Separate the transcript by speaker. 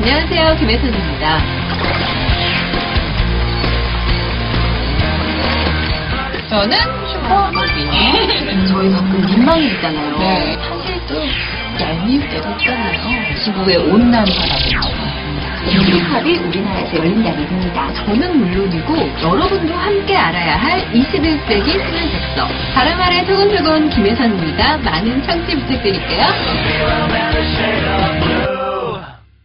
Speaker 1: 안녕하세요. 김혜선입니다. 저는 슈퍼마빈이 음, 저희 가끔 민망이 있잖아요.
Speaker 2: 네.
Speaker 1: 사실 또 얄미울 때도 있잖아요. 지구의 온난화라고. 유리컵이 우리나라에서 열린 날입니다. 저는 물론이고 여러분도 함께 알아야 할 21세기 수면 작서 바람 아래 두근두근 김혜선입니다. 많은 청취 부탁드릴게요.
Speaker 3: Feel a better shade of